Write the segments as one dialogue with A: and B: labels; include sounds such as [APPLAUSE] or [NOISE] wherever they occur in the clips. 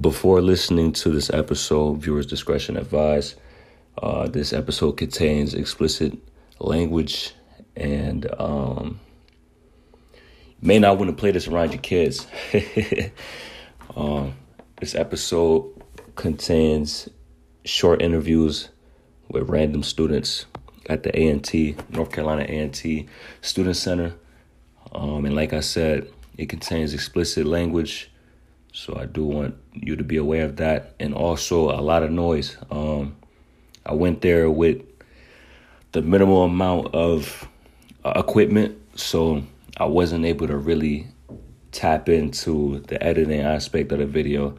A: Before listening to this episode, viewers' discretion advised. Uh, this episode contains explicit language and um, may not want to play this around your kids. [LAUGHS] um, this episode contains short interviews with random students at the A&T, North Carolina A&T Student Center. Um, and like I said, it contains explicit language, so I do want you to be aware of that, and also a lot of noise. Um, I went there with the minimal amount of uh, equipment, so I wasn't able to really tap into the editing aspect of the video.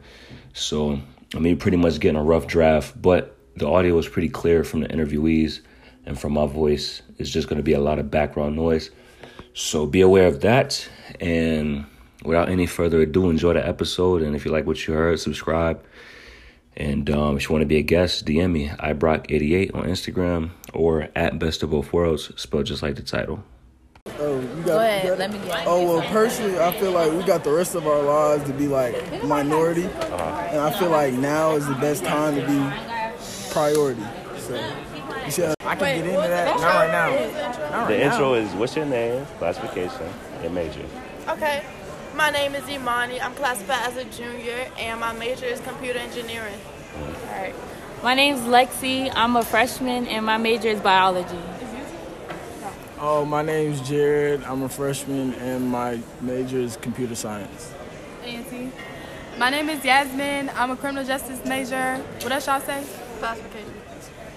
A: So, I mean, pretty much getting a rough draft, but the audio was pretty clear from the interviewees and from my voice. It's just going to be a lot of background noise. So be aware of that. And without any further ado, enjoy the episode. And if you like what you heard, subscribe. And um, if you want to be a guest, DM me ibrock88 on Instagram or at best of both worlds, spelled just like the title.
B: Oh, you got,
C: Go ahead,
B: you got it?
C: let me get it.
B: Oh well, personally, I feel like we got the rest of our lives to be like minority, and I feel like now is the best time to be priority. So, you should-
D: I can get into that. Not right now. Not right
E: The
D: now.
E: intro is what's your name, classification, and major.
F: Okay. My name is Imani. I'm classified as a junior, and my major is computer engineering.
C: Alright. My name's Lexi. I'm a freshman and my major is biology.
B: oh, my name's Jared. I'm a freshman, and my major is computer science.
G: My name is Yasmin. I'm a criminal justice major. What else y'all say?
F: Classification.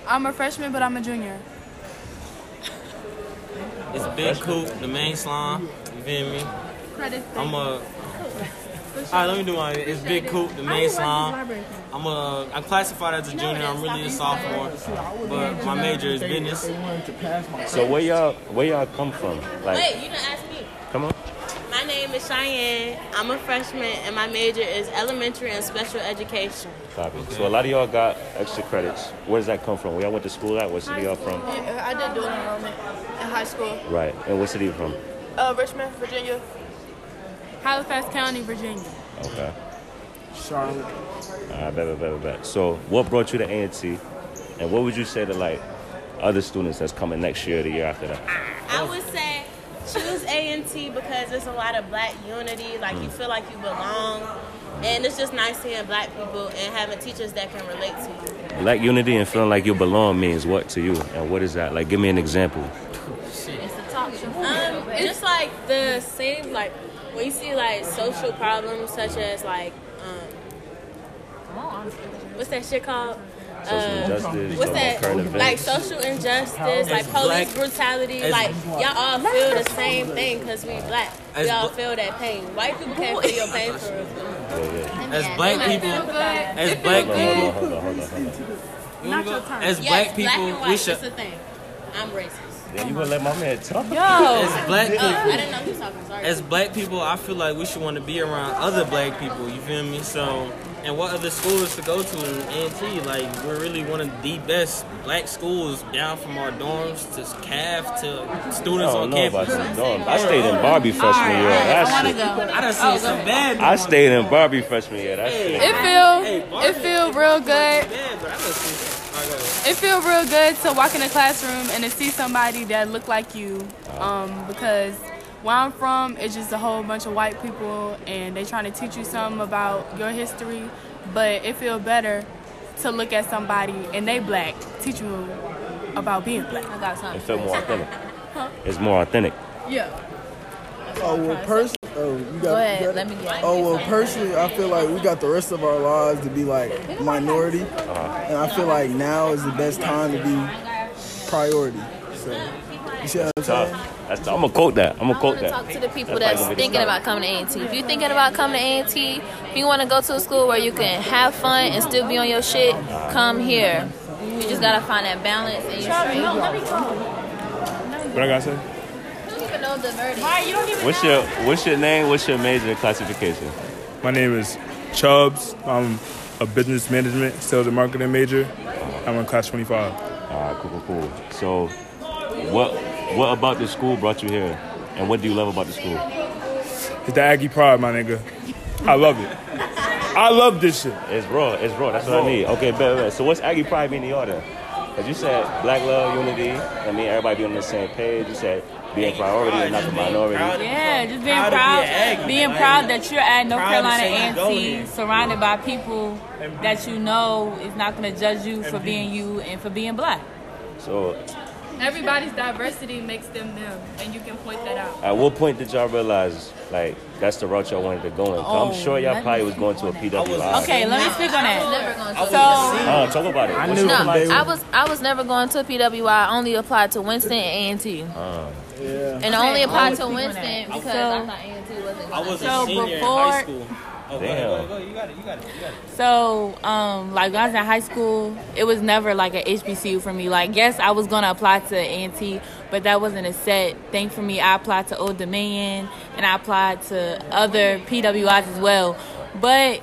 G: I'm a freshman, but I'm a junior.
H: It's Big Coop, the main slime. You feel me? I'm
E: [LAUGHS]
H: a. All right, let me do my. It's Big Coop, the main slime. I'm a. I'm classified as a junior. I'm really a sophomore, but my major is business.
E: So where y'all where y'all come from? Like
I: Wait, you didn't ask me.
E: come on.
I: My name is Cheyenne. I'm a freshman, and my major is elementary and special education.
E: Copy. So a lot of y'all got extra credits. Where does that come from? Where y'all went to school at? What city y'all from?
F: Yeah, I did dual enrollment in high school.
E: Right. And what city you from?
F: Uh, Richmond, Virginia.
G: Halifax County, Virginia.
E: Okay.
B: Charlotte.
E: Uh, bet, bet, bet, bet, bet. So what brought you to A&T? And what would you say to like other students that's coming next year, the year after that?
I: I would say choose A and T because there's a lot of black unity. Like you feel like you belong, and it's just nice seeing black people and having teachers that can relate to you.
E: Black unity and feeling like you belong means what to you? And what is that? Like give me an example.
I: Um, just like the same, like when you see like social problems such as like, um, what's that shit called?
E: Social
I: Uh,
E: injustice,
I: What's
E: um,
I: that?
E: current events.
I: Like social injustice, like police
H: black-
I: brutality.
H: as-
I: Like y'all all feel the same thing because we black.
H: As
I: We all
H: bl-
I: feel that pain. White people can't feel your pain for real.
H: As black people, as black
E: Hold on,
H: people,
E: hold on, hold on, hold on.
H: as black
I: Yes, black and
H: people,
I: white.
H: we
I: It's
H: should.
I: a thing. I'm racist.
E: Yeah, you gonna let my man talk?
C: Yo!
H: As black people,
I: I didn't know you was talking. Sorry.
H: as black people, I feel like we should want to be around other black people. You feel me? So, and what other schools to go to in AT? Like, we're really one of the best black schools down from our dorms to CAF to students
E: I
H: on
E: don't know about
H: campus.
E: some dorms. I stayed in Barbie freshman year. That
C: I
E: shit.
C: wanna
H: I done seen
G: Oh,
H: some Oh, bad.
E: I stayed in Barbie freshman year. That shit.
G: It feel it feel real good.
H: Bad, but I done seen some. All right, go ahead.
G: It feel real good to walk in a classroom and to see somebody that look like you. Um, because where I'm from, it's just a whole bunch of white people and they trying to teach you something about your history. But it feel better to look at somebody and they black teach you about being black.
C: I got
E: It
C: something.
E: felt more authentic. It's more authentic.
G: Yeah.
B: Oh well, personally, oh, you got,
C: Go
B: you got
C: ahead,
B: it?
C: let me get it.
B: Oh well, personally, I feel like we got the rest of our lives to be like minority,
A: Uh-huh.
B: and I feel like now is the best time to be priority. So,
A: [LAUGHS]
B: you see what I'm
E: Tough.
B: saying?
E: That's, I'm gonna quote that. I'm gonna
C: I want
E: quote
C: to
E: that.
C: talk to the people
E: That's
C: that's
E: probably
C: thinking
E: gonna
C: about coming to A&T. If you're thinking about coming to A&T, if you want to go to a school where you can have fun and still be on your shit, come here. You just gotta find that balance and your strength.
E: What I gotta say?
C: You don't even know the verdict.
E: What's your What's your name? What's your major and classification?
J: My name is Chubbs. I'm a business management, sales and marketing major. I'm in class 25.
E: All right, cool, cool, cool. So, what What about the school brought you here? And what do you love about the school?
J: It's the Aggie Pride, my nigga. I love it. I love this shit.
A: It's raw. It's raw. That's what I need. Okay, bet, bet. So what's Aggie Pride mean in the order? Because you said black love, unity. I mean, everybody be on the same page. You said being priority and not the minority.
K: Yeah, just being
A: Proud
K: proud,
A: to be an Aggie,
K: being
A: like,
K: proud that you're at North
A: proud to
K: Carolina
A: say you go
K: A&T,
A: there.
K: surrounded by people that you know is not going to judge you for being you and for being black.
A: So
G: Everybody's diversity makes them them, and you can point that out.
A: at what point did y'all realize, like, that's the route y'all wanted to go in? 'Cause
K: Oh,
A: I'm sure y'all probably was going to a PW live.
K: Okay, let me speak on that. So,
A: Uh, talk about it.
K: I
A: What's
K: knew
A: your
K: from
A: life?
K: day
C: I was I was never going to PWI. I only applied to Winston and A&T.
A: Uh,
C: And I only applied to
K: Always people
C: Winston
K: that.
C: because I thought A&T wasn't
H: I was
K: So
H: a senior in high
K: before-
H: school. Oh, go ahead, go
A: Damn.
H: ahead, go ahead. You got it. You got it. You got it.
K: So, um, like when I was in high school, it was never like a HBCU for me. Like, yes, I was gonna apply to ANT, but that wasn't a set thing for me. I applied to Old Dominion and I applied to other PWIs as well. But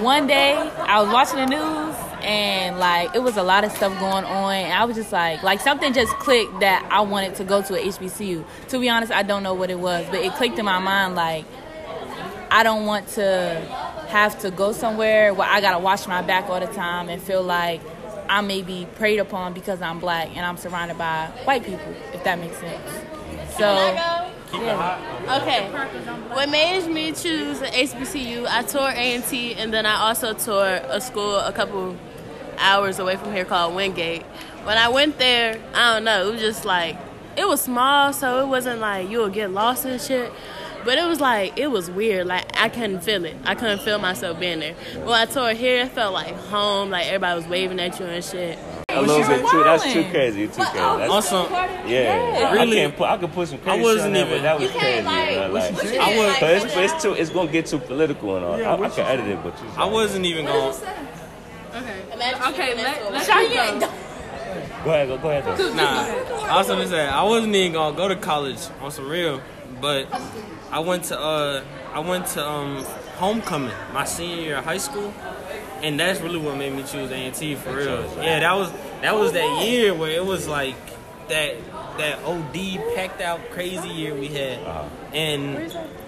K: one day I was watching the news and like it was a lot of stuff going on and I was just like like something just clicked that I wanted to go to a HBCU. To be honest, I don't know what it was, but it clicked in my mind like I don't want to have to go somewhere where I gotta watch my back all the time and feel like I may be preyed upon because I'm black and I'm surrounded by white people, if that makes sense. So,
I: Okay. What made me choose an HBCU, I toured A&T, and then I also toured a school a couple hours away from here called Wingate. When I went there, I don't know, it was just like, it was small, so it wasn't like you would get lost and shit. But it was like, it was weird. Like, I couldn't feel it. I couldn't feel myself being there. When I toured here, it felt like home, like everybody was waving at you and shit.
A: A little bit too. That's too crazy. Too crazy.
H: Oh,
A: That's
H: Also-
A: Yeah.
H: Really?
A: I can put. I can put some
H: I
A: crazy.
H: wasn't
A: shit on That, but
H: even-
A: that was
H: You
A: crazy.
H: can't,
A: man.
H: like,
A: Like,
H: what you I did, was-
A: Cause it's, but it's too. It's gonna get too political and all.
H: Yeah,
A: I, I
H: what
A: can edit it, but you.
H: I wasn't even going.
G: Okay. Okay. Let, let's go.
A: Go ahead. Go, go ahead. Though.
H: Nah, I was gonna say I wasn't even gonna go to college on some real, but I went to uh I went to um homecoming my senior year of high school, and that's really what made me choose A&T for real. Yeah, that was that was that year where it was like that that OD packed out crazy year we had, and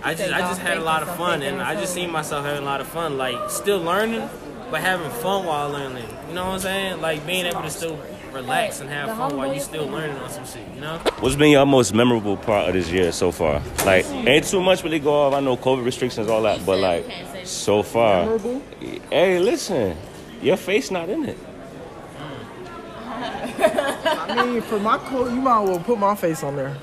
H: I just I just had a lot of fun, and I just seen myself having a lot of fun, like still learning, but having fun while learning. You know what I'm saying? Like being able to still relax and have fun while you still learning on some shit. You know?
A: What's been your most memorable part of this year so far? Like, ain't too much really go off. I know COVID restrictions, all that, but like, so far.
B: Memorable?
A: Hey, listen, your face not in it.
B: I mean, for my coat, you might as well put my face on there.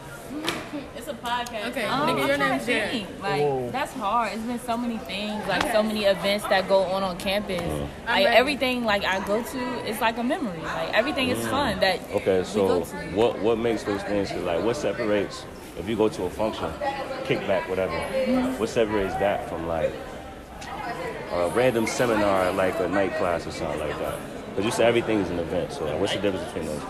I: It's a podcast.
K: okay,
I: Um,
K: nigga,
I: I'm
K: your
I: trying
K: name's
I: to
K: Jerry.
I: think.
K: Like,
I: Whoa.
K: that's hard. It's been so many things, like so many events that go on on campus.
I: I'm
K: Like
I: ready.
K: everything, like I go to, it's like a memory. Like everything is
A: Mm.
K: fun. That
A: Okay, so
K: go to.
A: what what makes those things like what separates if you go to a function, kickback, whatever,
K: Mhm.
A: what separates that from like a random seminar, like a night class or something like that? Because you said everything is an event, so like, what's the difference between those? two?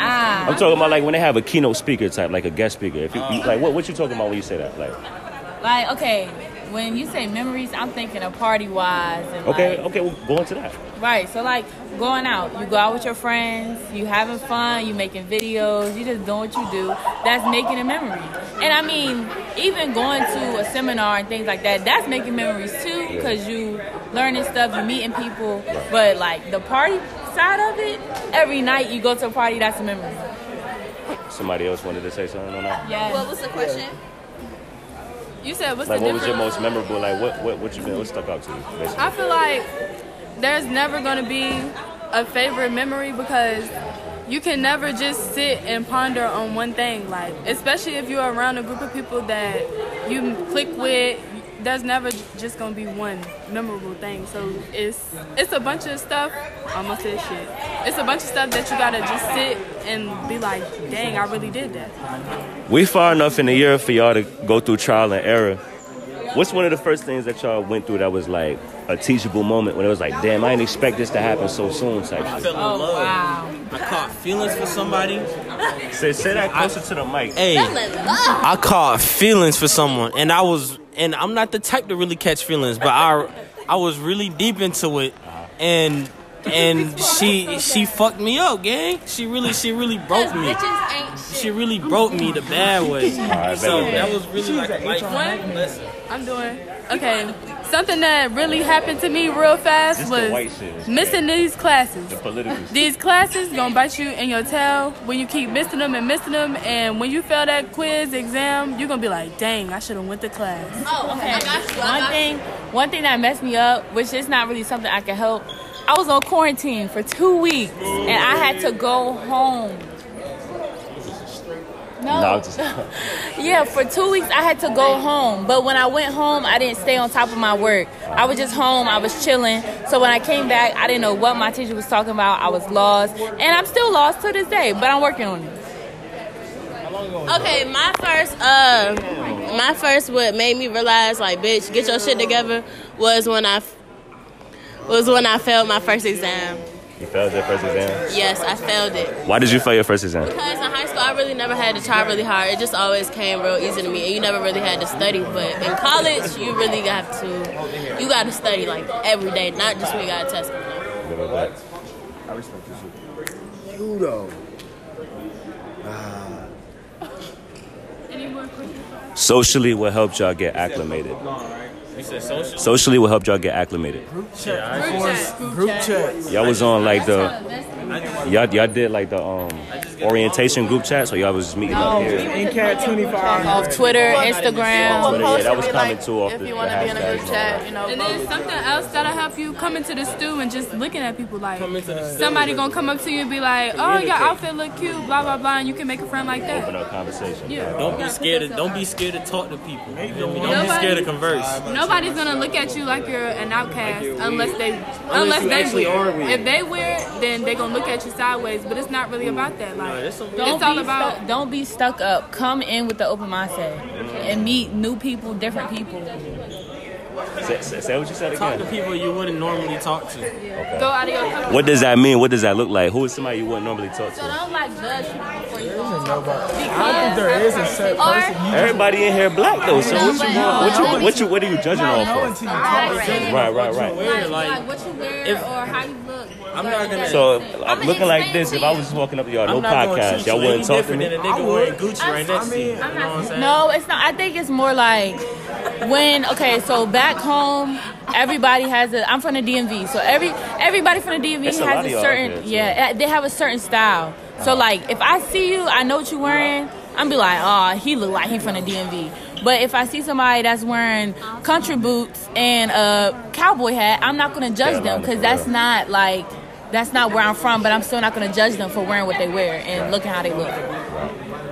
K: ah,
A: I'm talking about like when they have a keynote speaker type, like a guest speaker. If you, you- like, what what you talking about when you say that? Like,
K: like okay, when you say memories, I'm thinking of party wise and
A: okay, okay, we'll go into that.
K: Right. So like going out, you go out with your friends, you having fun, you making videos, you just doing what you do. That's making a memory. And I mean, even going to a seminar and things like that, that's making memories too because you learning stuff, you meeting people. But like the party side of it, every night you go to a party, that's a memory.
A: Somebody else wanted to say something on that.
K: Yeah.
C: What was the question?
G: You said what's
A: Like,
G: the
A: what
G: difference?
A: was your most memorable? Like, what what what you been? What stuck out to you? Basically?
G: I feel like there's never going to be a favorite memory because you can never just sit and ponder on one thing. Like, especially if you're around a group of people that you click with, there's never just going to be one memorable thing. So it's it's a bunch of stuff. I Almost said shit. It's a bunch of stuff that you gotta just sit and be like, dang, I really did that.
A: We far enough in the year for y'all to go through trial and error. What's one of the first things that y'all went through that was like a teachable moment when it was like, damn, I didn't expect this to happen so soon
H: I
A: type
H: fell
A: shit?
H: in love. I caught feelings for somebody.
A: Say, say that closer to the mic.
H: Hey, I caught feelings for someone, and I was, and I'm not the type to really catch feelings, but I, I was really deep into it, and and she she fucked me up, gang. She really she really broke me. She really broke me the bad way.
A: All right,
H: So
A: baby.
H: that was really like a life
G: What?
H: lesson.
G: I'm doing okay. something that really happened to me real fast
A: Just the white
G: was
A: shit is
G: missing
A: bad.
G: these classes.
A: The political
G: These classes gonna bite you in your tail when you keep missing them and missing them, and when you fail that quiz exam, you're gonna be like, "Dang, I should have went to class."
K: Oh, okay.
I: I got you, I
K: One
I: got
K: thing, one thing that messed me up, which is not really something I can help. I was on quarantine for two weeks, and I had to go home. No.
A: Nah, I'm just-
K: [LAUGHS] yeah, for two weeks I had to go home. But when I went home, I didn't stay on top of my work. I was just home. I was chilling. So when I came back, I didn't know what my teacher was talking about. I was lost, and I'm still lost to this day. But I'm working on it.
I: Okay, my first, uh, my first, what made me realize, like, bitch, get your shit together, was when I, f- was when I failed my first exam.
A: You failed that first exam.
I: Yes, I failed it.
A: Why did you fail your first exam?
I: Because in high school, I really never had to try really hard. It just always came real easy to me, and you never really had to study. But in college, you really have to, you got to study like every day, not just when you got a test.
B: I respect you.
L: You though.
B: Ah.
A: Socially, what helped y'all get acclimated?
H: You said social.
A: Socially, what helped y'all get acclimated?
H: Group chat.
M: Group chat. Group chat.
A: Y'all was on like the y'all y'all did like the um orientation group chat, so y'all was just meeting [LAUGHS] up here.
M: In cat 24 hours.
K: Off Twitter, Instagram.
A: Twitter, yeah, that was coming too off the, the hashtag.
G: chat, you know. And then something else that'll help you come into the stew and just looking at people like somebody gonna come up to you and be like, "Oh, your
H: Communicate.
G: outfit look cute," blah blah blah, and you can make a friend like that.
A: Open up conversation.
G: Yeah.
H: Don't be scared. To, don't be scared to talk to people. You feel me? Don't be scared to converse.
G: Nobody's gonna look at you like you're an outcast unless they
H: Unless
G: unless
H: you
G: they
H: actually are
G: weird.
H: weird.
G: If they weird, then they gonna look at you sideways. But it's not really about that. Like it's
K: Don't
G: all
K: be
G: about
K: stuck, don't be stuck up. Come in with the open mindset and meet new people, different people.
A: Say, say, say what you said
H: Talk
A: again.
H: to people you wouldn't normally talk to. Okay.
K: Go out of your comfort
A: What does that mean? What does that look like? Who is somebody you wouldn't normally talk to?
K: don't like judge people before you talk.
M: I don't think there is a set
K: Or-
M: person.
A: Everybody in here black though, so what you what you what you what are you judging on for? Right, right, right.
H: Wear, like,
K: what you wear
H: if-
K: or how you look.
H: I'm not gonna.
A: So I'm looking like this, if I was just walking up to y'all, no
H: I'm not gonna
A: podcast,
H: treat
A: y'all
H: you
A: wouldn't
H: any
A: talk to
H: different
A: me.
H: than a nigga wearing Gucci right next to you. You know what I'm saying?
K: No, it's not. I think it's more like when okay. So back home, everybody has a. I'm from the DMV, so every everybody from the DMV
I: It's a lot
K: has
I: of
K: a
I: y'all out
K: certain
I: there, too. Uh-huh.
K: yeah. eh, They have a certain style. So like, if I see you, I know what you're wearing. I'm be like, oh, he look like he from the DMV. But if I see somebody that's wearing country boots and a cowboy hat, I'm not gonna judge them
I: Carolina,
K: because
I: for
K: that's
I: real.
K: not like that's not where I'm from. But I'm still not gonna judge them for wearing what they wear and
C: Right.
K: looking how they look.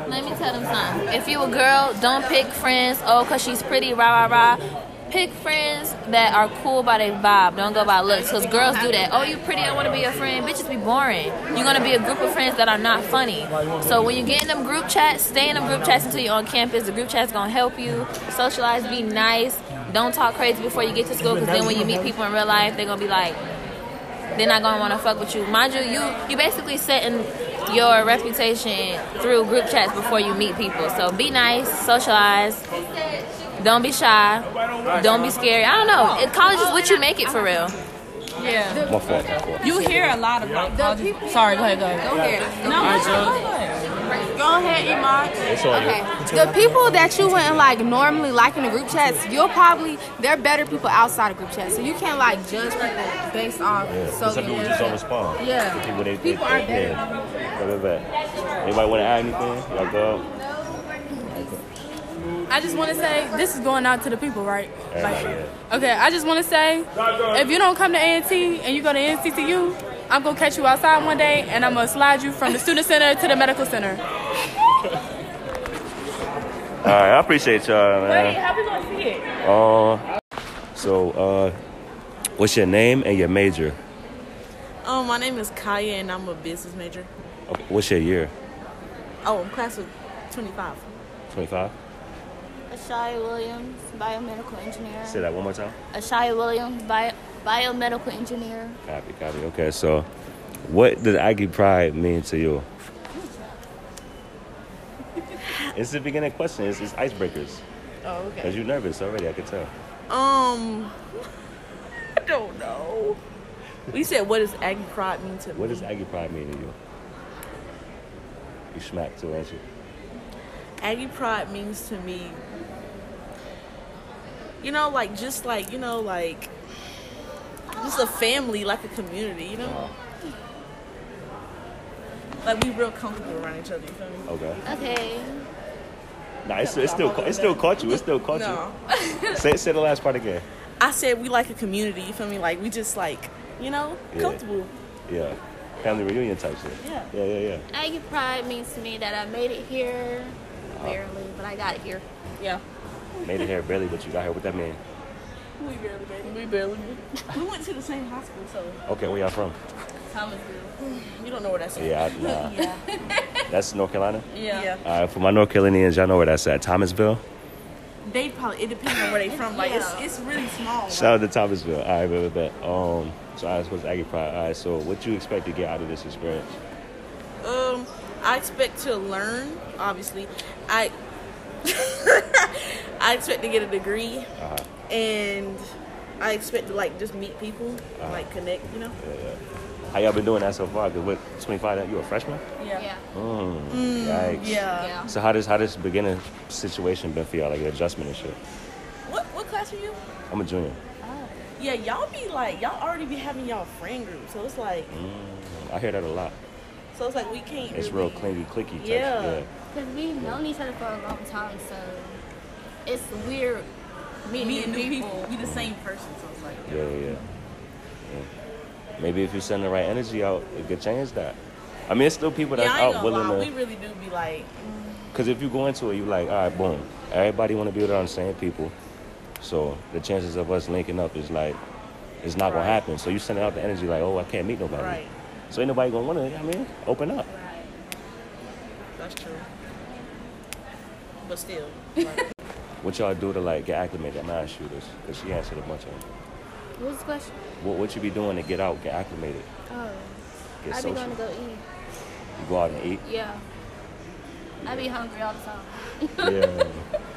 C: Let me tell them something. If you a girl, don't pick friends. Oh, cause she's pretty. Rah rah rah. Pick friends that are cool by their vibe. Don't go by looks. Cause girls do that. Oh, you pretty. I want to be your friend. Bitches be boring. You're gonna be a group of friends that are not funny. So when you get in them group chats, stay in them group chats until you're on campus. The group chat's gonna help you socialize. Be nice. Don't talk crazy before you get to school. Cause then when you meet people in real life, they're gonna be like, they're not gonna want to fuck with you. Mind you, you you basically setting your reputation through group chats before you meet people. So be nice, socialize, don't be shy, don't be scary. I don't know. It, college is what you make it for real.
K: Yeah.
A: My fault. my fault.
K: You hear a lot of like. all these- Sorry, go ahead, go ahead.
C: Go
K: No,
C: Go ahead, Iman.
A: It's all
N: Okay.
A: good.
N: The people that you wouldn't like normally like in the group chats, you'll probably they're better people outside of group chats. So you can't like judge people based off
A: Yeah, 'cause
N: so
A: some people just don't respond.
N: Yeah.
A: The people they,
N: People
A: they,
N: are
A: they,
N: better.
A: Yeah. Right, right, right. Anybody want to add anything? Y'all go.
G: I just want to say this is going out to the people, right?
A: Everybody, yeah.
G: Okay, I just want to say if you don't come to ANT and you go to NCCU, I'm gonna catch you outside one day and I'm gonna slide you from the student center to the medical center.
A: All right, I appreciate y'all, man.
G: we gonna see it?
A: Uh, so, uh, what's your name and your major?
E: Um, my name is Kaya and I'm a business major.
A: Okay, What's your year?
E: Oh, I'm class of 25.
A: 25?
O: Ashaya Williams, biomedical engineer.
A: Say that one more time.
O: Ashaya Williams, bio- biomedical engineer.
A: Copy, copy. Okay, so what does Aggie Pride mean to
G: [LAUGHS]
A: you? it's the beginning question. It's, it's icebreakers.
E: Oh,
A: Because you're nervous already, I can tell.
E: Um, [LAUGHS] I don't know. We said, what does Aggie Pride mean to
A: What
E: me?
A: does Aggie Pride mean to you? You smack too, ain't you?
E: Aggie Pride means to me you know, like just like you know, like just a family, like a community, you know. Like we real comfortable around each other. You feel me?
A: Okay.
P: Okay.
A: Nah, it's, it's still ca- it still caught you. It still caught
E: No.
A: you. Say say the last part again.
E: I said we like a community. You feel me? Like we just like you know
A: Yeah.
E: comfortable.
A: Yeah. Family reunion type shit.
P: Yeah.
A: Yeah, yeah, yeah.
P: I think pride means to me that I made it here, barely, but I got it here.
E: Yeah.
A: Uh, Made it here barely, but you got here. What that mean?
E: We barely made it. We barely made it. We went to the same high school, so
A: Okay, where y'all
E: [LAUGHS]
A: from?
E: Thomasville. You don't know where that's at.
A: Yeah, I- nah.
E: [LAUGHS] yeah.
A: That's North Carolina.
E: Yeah.
A: All right, for my North Carolinians, y'all know where that's at. Thomasville.
E: They probably it depends on where they from. Like it's, it's really small.
A: Shout out to Thomasville. I remember that. Um, so I was Aggie Pride. All right, so what you expect to get out of this experience?
E: Um, I expect to learn. Obviously, I [LAUGHS] I expect to get a degree,
A: Uh-huh.
E: and I expect to like just meet people,
A: Uh-huh.
E: and like connect. You know.
A: Yeah, yeah. How y'all been doing that so far? Cause what, 25? that- You a freshman?
E: Yeah. Yeah.
A: Mm,
E: Mm,
A: yikes.
E: yeah. Yeah.
A: So how does how this beginning situation been for y'all, like the adjustment and shit?
E: What What class are you?
A: I'm a junior.
E: Yeah, y'all be like y'all already be having y'all friend group, so it's like
A: Mm, I hear that a lot.
E: so it's like we can't.
A: It's real
E: really-
A: clingy, clicky type.
E: Yeah.
P: Because we've known each other for a long time, so it's weird meeting,
E: Meeting
P: new
E: new
P: people.
E: We the same person, so it's like.
A: Yeah, yeah. yeah. Maybe if you send the right energy out, it could change that. I mean, it's still people that's
E: yeah, I ain't
A: out
E: gonna
A: willing
E: lie.
A: to.
E: We really do be like.
A: Because if you go into it, you like, all right, boom. Everybody want to be around the same people. So the chances of us linking up is like, it's not going to happen. So you sending out the energy like, oh, I can't meet nobody.
E: Right.
A: So ain't nobody going to want to, I mean, open up.
E: That's true.
P: [LAUGHS]
E: But still.
A: What y'all do to like get acclimated? I'm not shooters. Because she answered a bunch of them.
P: What was the question?
A: What, what you be doing to get out, get acclimated?
P: Oh.
A: Get
P: I be
A: social.
P: going to go eat.
A: You go out and eat?
P: Yeah. I be hungry all the time.
A: Yeah. [LAUGHS]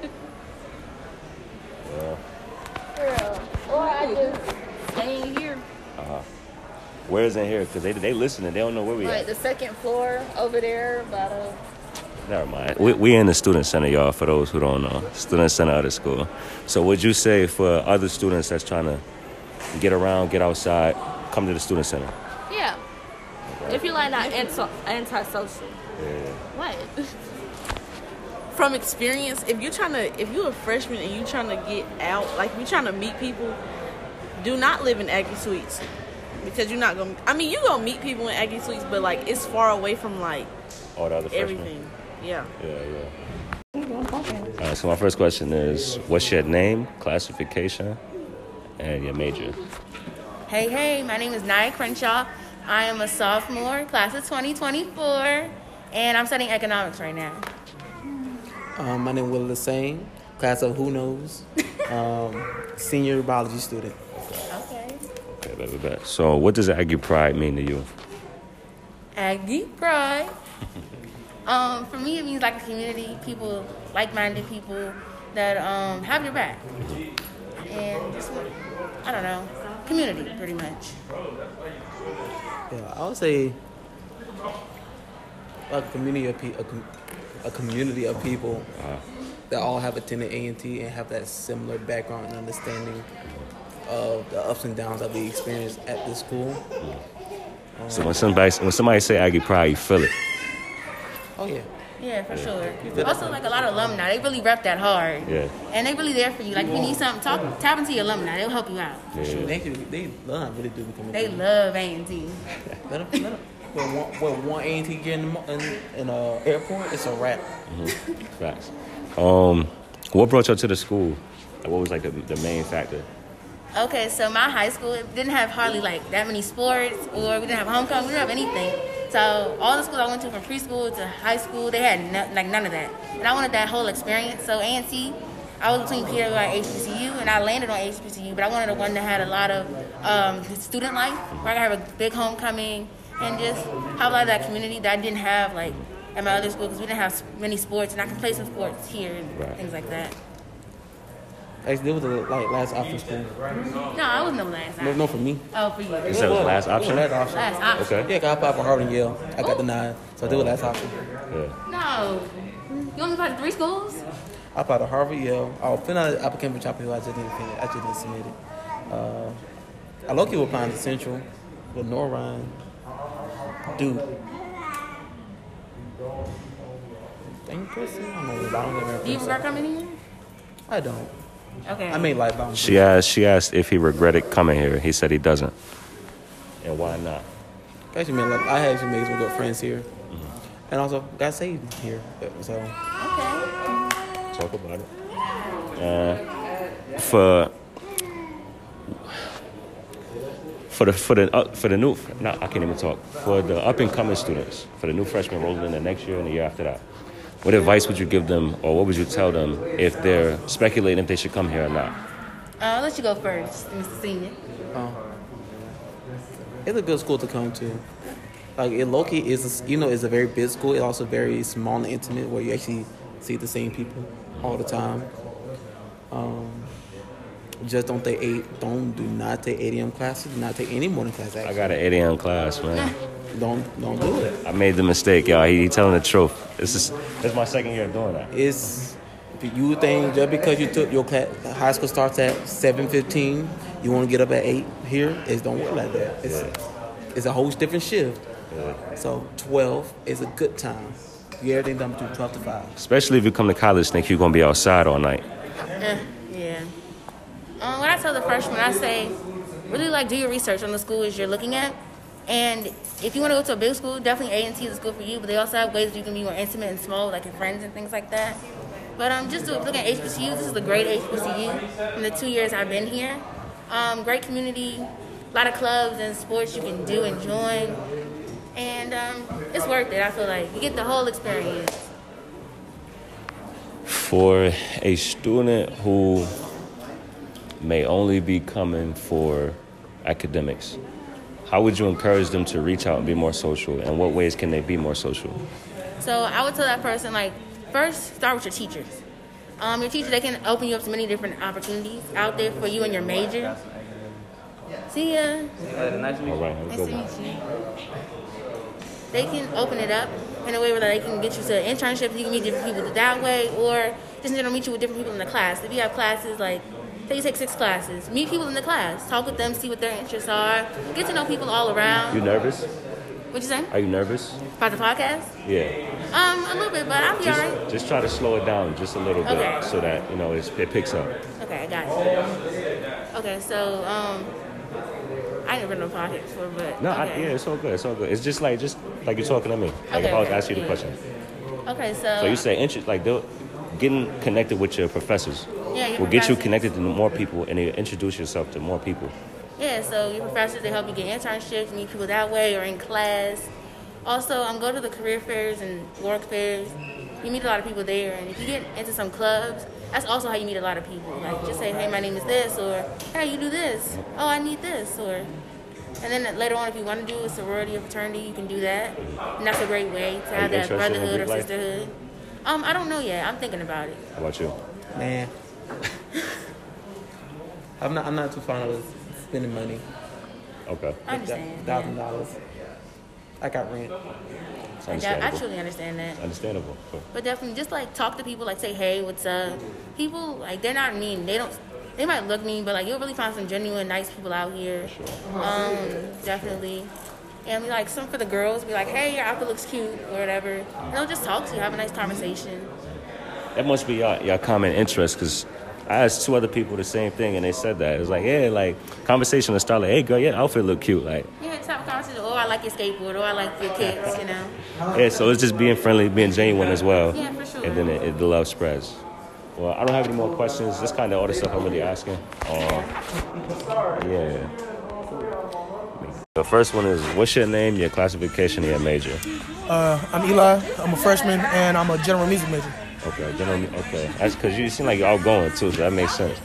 P: [LAUGHS]
A: yeah.
P: Girl. Or I just staying here.
A: Uh-huh. Where is in here? Because they, they listening. They don't know where we
P: Like
A: at.
P: the second floor over there, about a
A: Never mind. We, we in the student center, y'all. For those who don't know, student center of the school. So, would you say for other students that's trying to get around, get outside, come to the student center?
C: Yeah. If you like that anti antisocial.
A: Yeah.
C: What?
P: [LAUGHS]
E: From experience, if you're trying to, if you're a freshman and you're trying to get out, like you're trying to meet people, do not live in Aggie Suites because you're not gonna. I mean, you're gonna meet people in Aggie Suites, but like it's far away from like
A: All the other freshmen.
E: everything. Yeah.
A: Yeah, yeah. All right. So, my first question is, what's your name, classification, and your major?
Q: Hey, hey, my name is Nia Crenshaw. I am a sophomore, class of 2024, and I'm studying economics right now.
R: Um, my name is Will Lassane, class of
A: [LAUGHS]
R: Who Knows, um, senior biology student.
Q: Okay.
A: Okay, bet, bet, bet. So, what does Aggie Pride mean to you?
Q: Aggie Pride. Um, for me, it means like a community, people, like minded people that um, have your back. And just, I don't know, community, pretty much.
R: Yeah, I would say a community of pe- a, com- a community of people that all have attended A and T and have that similar background and understanding of the ups and downs that we experience at this school. Um,
A: So, when somebody when somebody say Aggie Pride, you feel it.
R: Oh yeah.
Q: Yeah, for
A: You
Q: sure.
A: feel
Q: Also,
A: that?
Q: like a lot of alumni, they really rep that hard.
A: Yeah.
Q: And they really there for you. Like, if you need something, talk, tap into your alumni. They'll help you out.
R: For sure. They, they love what they do becoming.
Q: They love A&T.
R: Let them, let them. When one, when one A&T get in, the mo- in, in a airport, it's a wrap.
A: Facts. Um, what brought y'all to the school? Like, What was like the, the main factor?
Q: Okay, so my high school it didn't have hardly like that many sports, or we didn't have homecoming, we didn't have anything. So all the schools I went to from preschool to high school, they had no, like none of that, and I wanted that whole experience. So ANC, I was between Peter and HBCU, and I landed on HBCU, but I wanted the one that had a lot of um, student life, where I could have a big homecoming and just have a lot of that community that I didn't have like at my other school because we didn't have s- many sports, and I can play some sports here and
A: Right.
Q: things like that.
R: Actually, it was the like last option school.
Q: No, I was no last
R: No,
Q: option.
R: no, for me.
Q: Oh, for you.
R: It
A: Is that the
R: was.
A: last
R: It was
A: option?
R: Last option.
Q: Last option.
R: Yeah, 'cause I applied for Harvard and Yale. I got denied, so they were last option.
A: Yeah.
Q: No. You only applied to three schools? Uh,
R: I applied to Harvard, Yale. Oh, I was filling out an application for Chapel Hill. I just didn't finish. I just didn't submit it. Uh, I low-key was applying to Central with Norine. Dude. Dang person. I don't know. I don't remember.
Q: Do you regret coming here?
R: I don't.
Q: Okay.
R: I made life bound.
A: She asked. She asked if he regretted coming here. He said he doesn't. And why not?
R: Actually, made life. I actually made some good friends here,
A: Mm-hmm.
R: and also got saved here. So.
A: Talk about it. Uh, for for the for the uh, for the new no, I can't even talk for the up and coming students for the new freshmen rolling in the next year and the year after that. What advice would you give them, or what would you tell them if they're speculating if they should come here or not?
Q: Uh, I'll let you go first, Mr. Senior.
R: Um, it's a good school to come to. Like it, Loki is you know it's a very big school. It's also very small and intimate where you actually see the same people
A: Mm-hmm.
R: all the time. Um, just don't take eight. Don't do not take eight AM classes. Do not take any morning class. Actually.
A: I got an 8 a.m. class, man.
R: Don't don't do it.
A: I made the mistake, y'all. He, he telling the truth. This is this is my second year of doing that.
R: It's you think just because you took your class, high school starts at seven fifteen. You want to get up at eight here? It don't work like that. It's it's a whole different shift. So twelve is a good time. You everything done between twelve to five.
A: Especially if you come to college, think you're gonna be outside all night.
Q: Eh, yeah. Um, when I tell the freshmen, I say, really like do your research on the schools you're looking at, and if you want to go to a big school, definitely A and T is a school for you. But they also have ways you can be more intimate and small, like your friends and things like that. But um, just to look at HBCU, this is a great HBCU in the two years I've been here. Um, great community, a lot of clubs and sports you can do and join, and um, it's worth it. I feel like you get the whole experience.
A: For a student who may only be coming for academics, how would you encourage them to reach out and be more social? And what ways can they be more social?
Q: So I would tell that person like first start with your teachers. Um, your teacher they can open you up to many different opportunities out there for you and your major. See ya.
A: All right, have a good one.
Q: They can open it up in a way where they can get you to internships. You can meet different people that way, or just in general meet you with different people in the class. If you have classes like say you take six classes, meet people in the class, talk with them, see what their interests are, get to know people all around.
A: You nervous?
Q: What you say
A: Are you nervous?
Q: about the podcast?
A: Yeah.
Q: Um, a little bit, but I'll be
A: Just,
Q: alright.
A: just try to slow it down just a little bit
Q: Okay.
A: so that you know it's, it picks up.
Q: Okay, I got it. Okay, so um, I never know podcast before, but
A: No, I,
Q: okay.
A: yeah, it's all good. It's all good. It's just like just like you're talking to me. Like if
Q: Okay,
A: I was
Q: okay,
A: asking you the
Q: yeah.
A: question.
Q: Okay, so
A: So you say interest like they'll- getting connected with your professors
Q: Yeah, your
A: will get you
Q: professors.
A: connected to more people and you introduce yourself to more people.
Q: yeah, so your professors they help you get internships, meet people that way, or in class. Also, um, go to the career fairs and work fairs. You meet a lot of people there, and if you get into some clubs, that's also how you meet a lot of people. Like just say, hey, my name is this, or hey, you do this. Oh, I need this, or. And then later on, if you want to do a sorority or fraternity, you can do that. And that's a great way to
A: Are you
Q: have that
A: interested in
Q: brotherhood or
A: Greek life?
Q: sisterhood. Um, I don't know yet. I'm thinking about it.
A: How about you?
R: Man, [LAUGHS] I'm not I'm not too fond of spending money.
A: Okay.
Q: I understand,
R: Thousand dollars. I got rent.
A: It's
Q: Like, I, I
A: understandable.
Q: truly understand that.
A: Understandable. Cool.
Q: But definitely, just like talk to people, like say, hey, what's up? People, like, they're not mean. They don't, they might look mean, but like, you'll really find some genuine, nice people out here. Um, definitely. And be like, some for the girls, be like, hey, your outfit looks cute, or whatever. And they'll just talk to you, have a nice conversation.
A: That must be y'all, y'all common interest because I asked two other people the same thing and they said that. It was like, yeah, like conversation will start like, hey girl, your outfit look cute. Like,
Q: Yeah, just have a conversation. Oh, I like your skateboard, or I like your kicks, you know?
A: yeah, so it's just being friendly, being genuine as well.
Q: Yeah, for sure.
A: And then it, it, the love spreads. Well, I don't have any more questions. That's kind of all the stuff I'm really asking. Uh, yeah. The first one is what's your name, your classification, and your major?
S: Uh, I'm Eli. I'm a freshman and I'm a general music major.
A: Okay, general. Okay, that's because you seem like you're outgoing too, so that makes sense.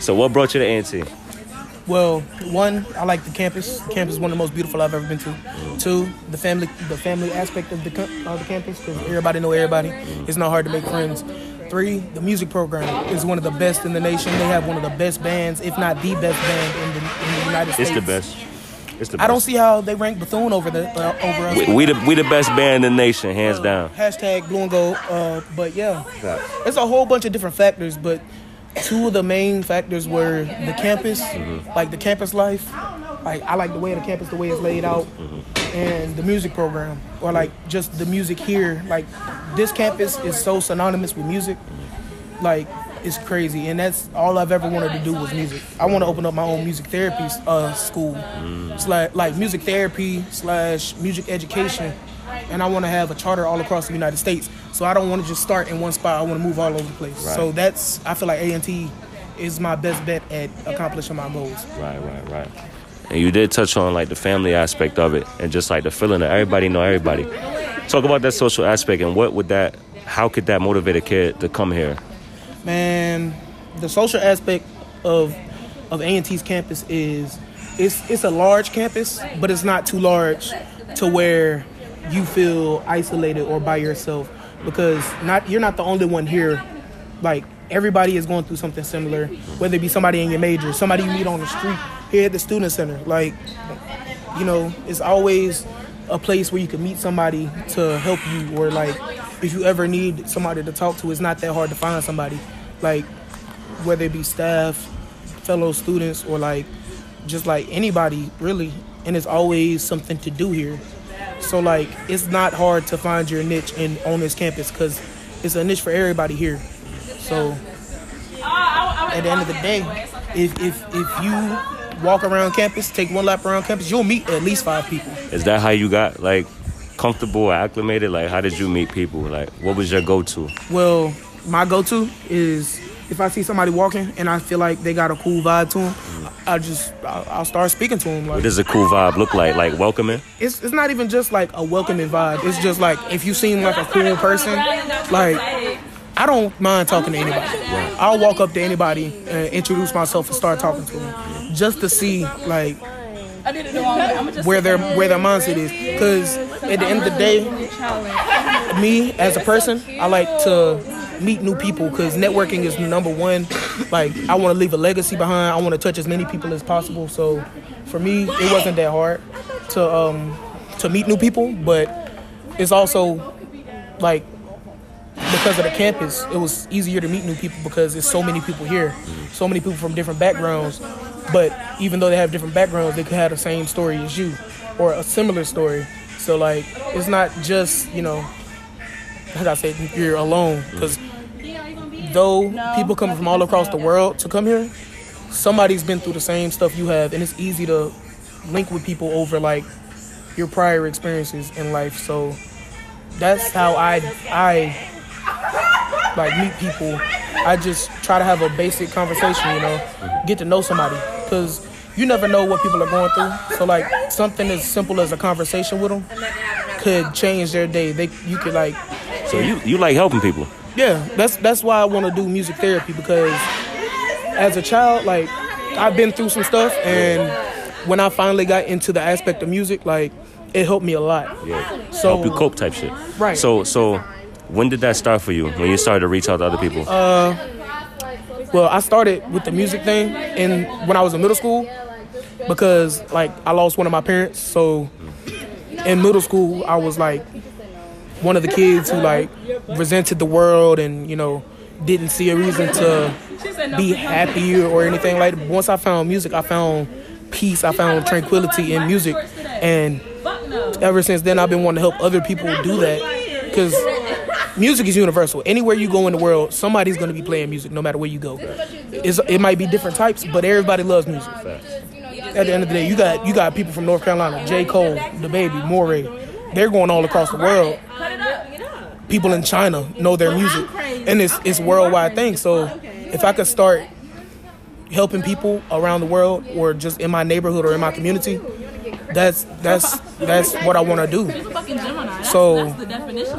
A: So, what brought you to ANT?
S: Well, one, I like the campus. The campus is one of the most beautiful I've ever been to. Two, the uh, family, the family aspect of the com- of the campus because everybody know everybody. It's not hard to make friends. Three, the music program is one of the best in the nation. They have one of the best bands, if not the best band in the, in the United States.
A: It's the best. It's the best.
S: I don't see how they rank Bethune over the uh, over us.
A: We, we the we the best band in the nation, hands down.
S: Hashtag blue and gold. Uh, but yeah, it's a whole bunch of different factors, but two of the main factors were the campus,
A: Mhm.
S: like the campus life. Like I like the way the campus, the way it's laid out, and the music program, or like just the music here. Like this campus is so synonymous with music, like it's crazy. And that's all I've ever wanted to do was music. I want to open up my own music therapy uh, school, slash like music therapy slash music education. And I want to have a charter all across the United States. So I don't want to just start in one spot. I want to move all over the place.
A: Right.
S: So that's I feel like A and T is my best bet at accomplishing my goals.
A: Right, right, right. And you did touch on like the family aspect of it, and just like the feeling that everybody know everybody. Talk about that social aspect and what would that, how could that motivate a kid to come here?
S: man the social aspect of of A&T's campus is it's it's a large campus but it's not too large to where you feel isolated or by yourself because not you're not the only one here like everybody is going through something similar whether it be somebody in your major somebody you meet on the street here at the student center like you know it's always a place where you can meet somebody to help you or like if you ever need somebody to talk to it's not that hard to find somebody like whether it be staff fellow students or like just like anybody really and it's always something to do here so like it's not hard to find your niche in on this campus because it's a niche for everybody here so
T: Oh,
S: at the end of the day, if if if you walk around campus, take one lap around campus, you'll meet at least five people.
A: Is that how you got like comfortable or acclimated? Like, how did you meet people? Like, what was your go to?
S: Well, my go-to is if I see somebody walking and I feel like they got a cool vibe to them, I just I, I'll start speaking to them.
A: What
S: Like
A: does a cool vibe look like? Like, welcoming?
S: it's it's not even just like a welcoming vibe. It's just like if you seem like a cool person, like I don't mind talking to anybody. I'll walk up to anybody and introduce myself and start talking to them just to see like where their where their mindset is. Because at the end of the day, me as a person, I like to meet new people because networking is number one. Like I want to leave a legacy behind. I want to touch as many people as possible. So for me, it wasn't that hard to um to meet new people, but it's also like because of the campus, it was easier to meet new people because there's so many people here, so many people from different backgrounds. But even though they have different backgrounds, they could have the same story as you or a similar story. So like, it's not just you know, like I said, you're alone because though people come from all across the world to come here, somebody's been through the same stuff you have, and it's easy to link with people over like your prior experiences in life. So that's how I I like meet people. I just try to have a basic conversation, you know, get to know somebody because you never know what people are going through. So like something as simple as a conversation with them could change their day. They you could like
A: So, you, you like helping people.
S: yeah, that's that's why I want to do music therapy because as a child, like I've been through some stuff, and when I finally got into the aspect of music, like it helped me a lot.
A: Yeah.
S: So-
A: Help you cope type shit.
S: Right.
A: So, so when did that start for you? When you started to reach out to other people?
S: Uh, well, I started with the music thing, and when I was in middle school, because like I lost one of my parents, so in middle school I was like one of the kids who like resented the world and you know didn't see a reason to be happy or anything like that. Once I found music, I found peace, I found tranquility in music, and ever since then I've been wanting to help other people do that because music is universal. Anywhere you go in the world, somebody's going to be playing music, no matter where you go. It's, it might be different types, but everybody loves music. At the end of the day, you got you got people from North Carolina, J. Cole, the Baby, Morey. They're going all across the world. People in China know their music, and it's it's worldwide thing. So if I could start helping people around the world, or just in my neighborhood or in my community, that's that's that's what I want to do. So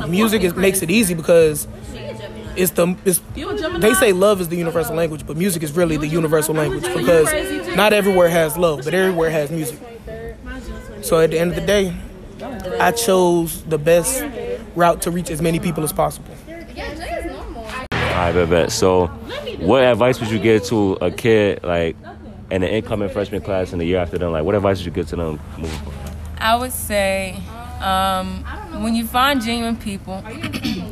S: music is, makes it easy because it's the it's, they say love is the universal language, but music is really the universal language because not everywhere has love, but everywhere has music. So at the end of the day, I chose the best route to reach as many people as possible.
A: I bet, bet. So, what advice would you give to a kid like in the incoming freshman class in the year after them? Like, what advice would you give to them moving forward?
T: I would say um, when you find genuine people,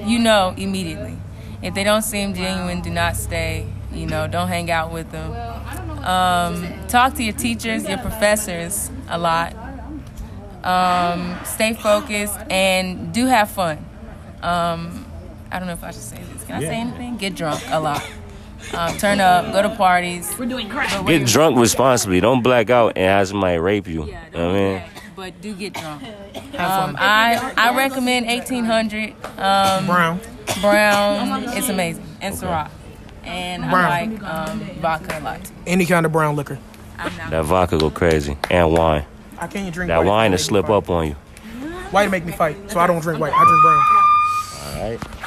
T: you know immediately. If they don't seem genuine, do not stay. You know, don't hang out with them. Um, talk to your teachers, your professors a lot. Um, stay focused and do have fun. Um, I don't know if I should say this. Can I
A: Yeah.
T: say anything? Get drunk a lot. Um, turn up, go to parties. We're doing crack.
A: Get drunk responsibly. Don't black out and have somebody rape you. You know what I mean,
T: but do get drunk.
S: fun.
T: Um, I I recommend 1800 um,
S: Brown.
T: Brown, it's amazing, and Ciroc, and I
S: Brown.
T: like um, vodka a lot.
S: Any kind of brown liquor.
A: that vodka go crazy and wine.
S: I can't drink
A: That
S: white.
A: wine to slip up on you.
S: White make me fight, so I don't drink white. I drink brown.
A: All right.